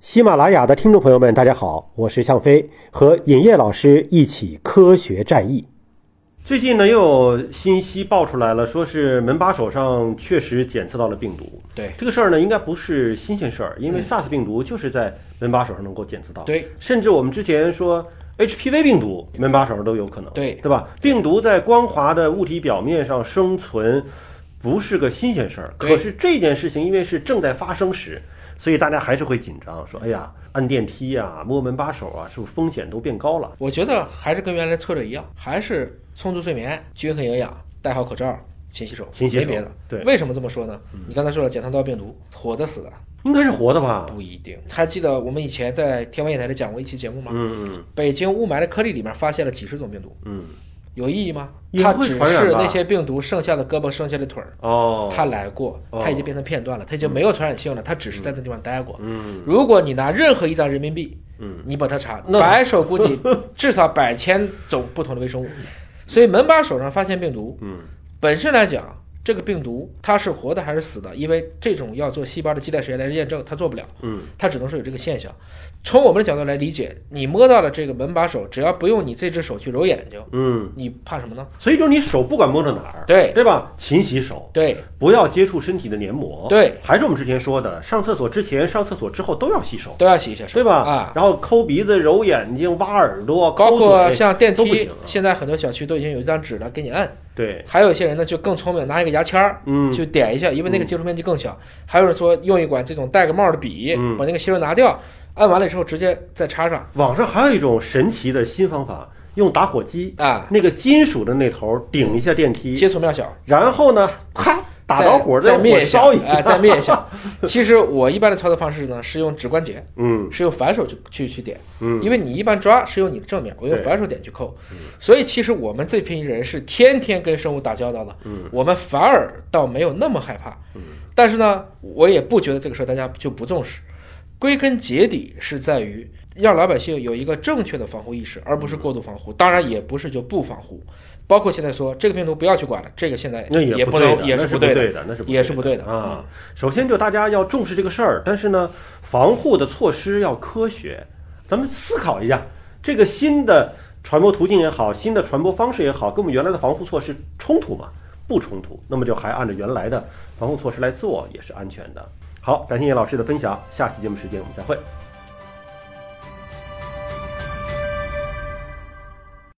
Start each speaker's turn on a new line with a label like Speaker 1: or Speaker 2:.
Speaker 1: 喜马拉雅的听众朋友们，大家好，我是向飞，和尹烨老师一起科学战役。最近呢，又有信息爆出来了，说是门把手上确实检测到了病毒。
Speaker 2: 对
Speaker 1: 这个事儿呢，应该不是新鲜事儿，因为 SARS 病毒就是在门把手上能够检测到。
Speaker 2: 对，
Speaker 1: 甚至我们之前说 HPV 病毒，门把手上都有可能。
Speaker 2: 对
Speaker 1: 对吧？病毒在光滑的物体表面上生存，不是个新鲜事儿。
Speaker 2: 对
Speaker 1: 可是这件事情，因为是正在发生时，所以大家还是会紧张，说：“哎呀，按电梯啊，摸门把手啊，是不是风险都变高了
Speaker 2: 我觉得还是跟原来策略一样，还是充足睡眠、均衡营养、戴好口罩、勤洗手，
Speaker 1: 勤洗手
Speaker 2: 没别的。
Speaker 1: 对
Speaker 2: 为什么这么说呢？你刚才说了，检测到病毒，活的死的？”
Speaker 1: 应该是活的吧？
Speaker 2: 不一定。还记得我们以前在天文夜台里讲过一期节目吗？
Speaker 1: 嗯嗯
Speaker 2: 北京雾霾的颗粒里面发现了几十种病毒，
Speaker 1: 嗯。
Speaker 2: 有意义吗？
Speaker 1: 也
Speaker 2: 它
Speaker 1: 会
Speaker 2: 只
Speaker 1: 传染
Speaker 2: 是
Speaker 1: 吧
Speaker 2: 那些病毒剩下的胳膊、剩下的腿儿，
Speaker 1: 哦，嗯
Speaker 2: 它来过，
Speaker 1: 哦
Speaker 2: 它已经变成片段了，它已经没有传染性了，它只是在那地方待过。
Speaker 1: 嗯
Speaker 2: 如果你拿任何一张人民币，
Speaker 1: 嗯，
Speaker 2: 你把它查，
Speaker 1: 那
Speaker 2: 白手 估计至少百千种不同的微生物，所以门把手上发现病毒，
Speaker 1: 嗯，
Speaker 2: 本身来讲，这个病毒它是活的还是死的，因为这种要做细胞的基带实验来验证，它做不了，
Speaker 1: 嗯，
Speaker 2: 它只能说有这个现象。从我们的角度来理解，你摸到了这个门把手，只要不用你这只手去揉眼睛，
Speaker 1: 嗯，
Speaker 2: 你怕什么呢？
Speaker 1: 所以就是你手不管摸着哪儿，
Speaker 2: 对
Speaker 1: 对吧？勤洗手，
Speaker 2: 对
Speaker 1: 不要接触身体的黏膜。
Speaker 2: 对，
Speaker 1: 还是我们之前说的，上厕所之前、上厕所之后都要洗手，
Speaker 2: 都要洗一下手，
Speaker 1: 对吧？
Speaker 2: 啊。
Speaker 1: 然后抠鼻子、揉眼睛、挖耳朵、
Speaker 2: 包
Speaker 1: 抠
Speaker 2: 括
Speaker 1: 嘴
Speaker 2: 像电
Speaker 1: 都不
Speaker 2: 梯
Speaker 1: 行啊，
Speaker 2: 现在很多小区都已经有一张纸了，给你按。
Speaker 1: 对，
Speaker 2: 还有一些人呢，就更聪明，拿一个牙签儿，
Speaker 1: 嗯
Speaker 2: 去点一下，因为那个接触面积更小。还有人说用一管这种戴个帽的笔，
Speaker 1: 嗯
Speaker 2: 把那个吸肉拿掉，按完了之后直接再插上
Speaker 1: 网上还有一种神奇的新方法，用打火机，
Speaker 2: 啊，
Speaker 1: 那个金属的那头顶一下电梯，
Speaker 2: 接触面小，
Speaker 1: 然后呢，啪，打着火
Speaker 2: 再再
Speaker 1: 火
Speaker 2: 灭一下
Speaker 1: 烧一下，
Speaker 2: 啊，再灭 一下。其实我一般的操作方式呢，是用指关节，
Speaker 1: 嗯
Speaker 2: 是用反手去去去点，
Speaker 1: 嗯
Speaker 2: 因为你一般抓是用你的正面，我用
Speaker 1: 对
Speaker 2: 反手点去扣，所以其实我们这批人是天天跟生物打交道的，
Speaker 1: 嗯
Speaker 2: 我们反而倒没有那么害怕，但是呢，我也不觉得这个事儿大家就不重视，归根结底是在于让老百姓有一个正确的防护意识，而
Speaker 1: 嗯
Speaker 2: 不是过度防护，当然也不是就不防护，包括现在说这个病毒不要去管了，这个现在
Speaker 1: 那
Speaker 2: 也
Speaker 1: 不
Speaker 2: 不
Speaker 1: 对的，
Speaker 2: 能也
Speaker 1: 那
Speaker 2: 是
Speaker 1: 是
Speaker 2: 不
Speaker 1: 对
Speaker 2: 对的，
Speaker 1: 的，那是
Speaker 2: 也是不对
Speaker 1: 的
Speaker 2: 的
Speaker 1: 啊。首先就大家要重视这个事儿，但是呢，防护的措施要科学。咱们思考一下，这个新的传播途径也好，新的传播方式也好，跟我们原来的防护措施冲突吗？不冲突，那么就还按照原来的防护措施来做，也是安全的。好，感谢叶老师的分享，下期节目时间我们再会。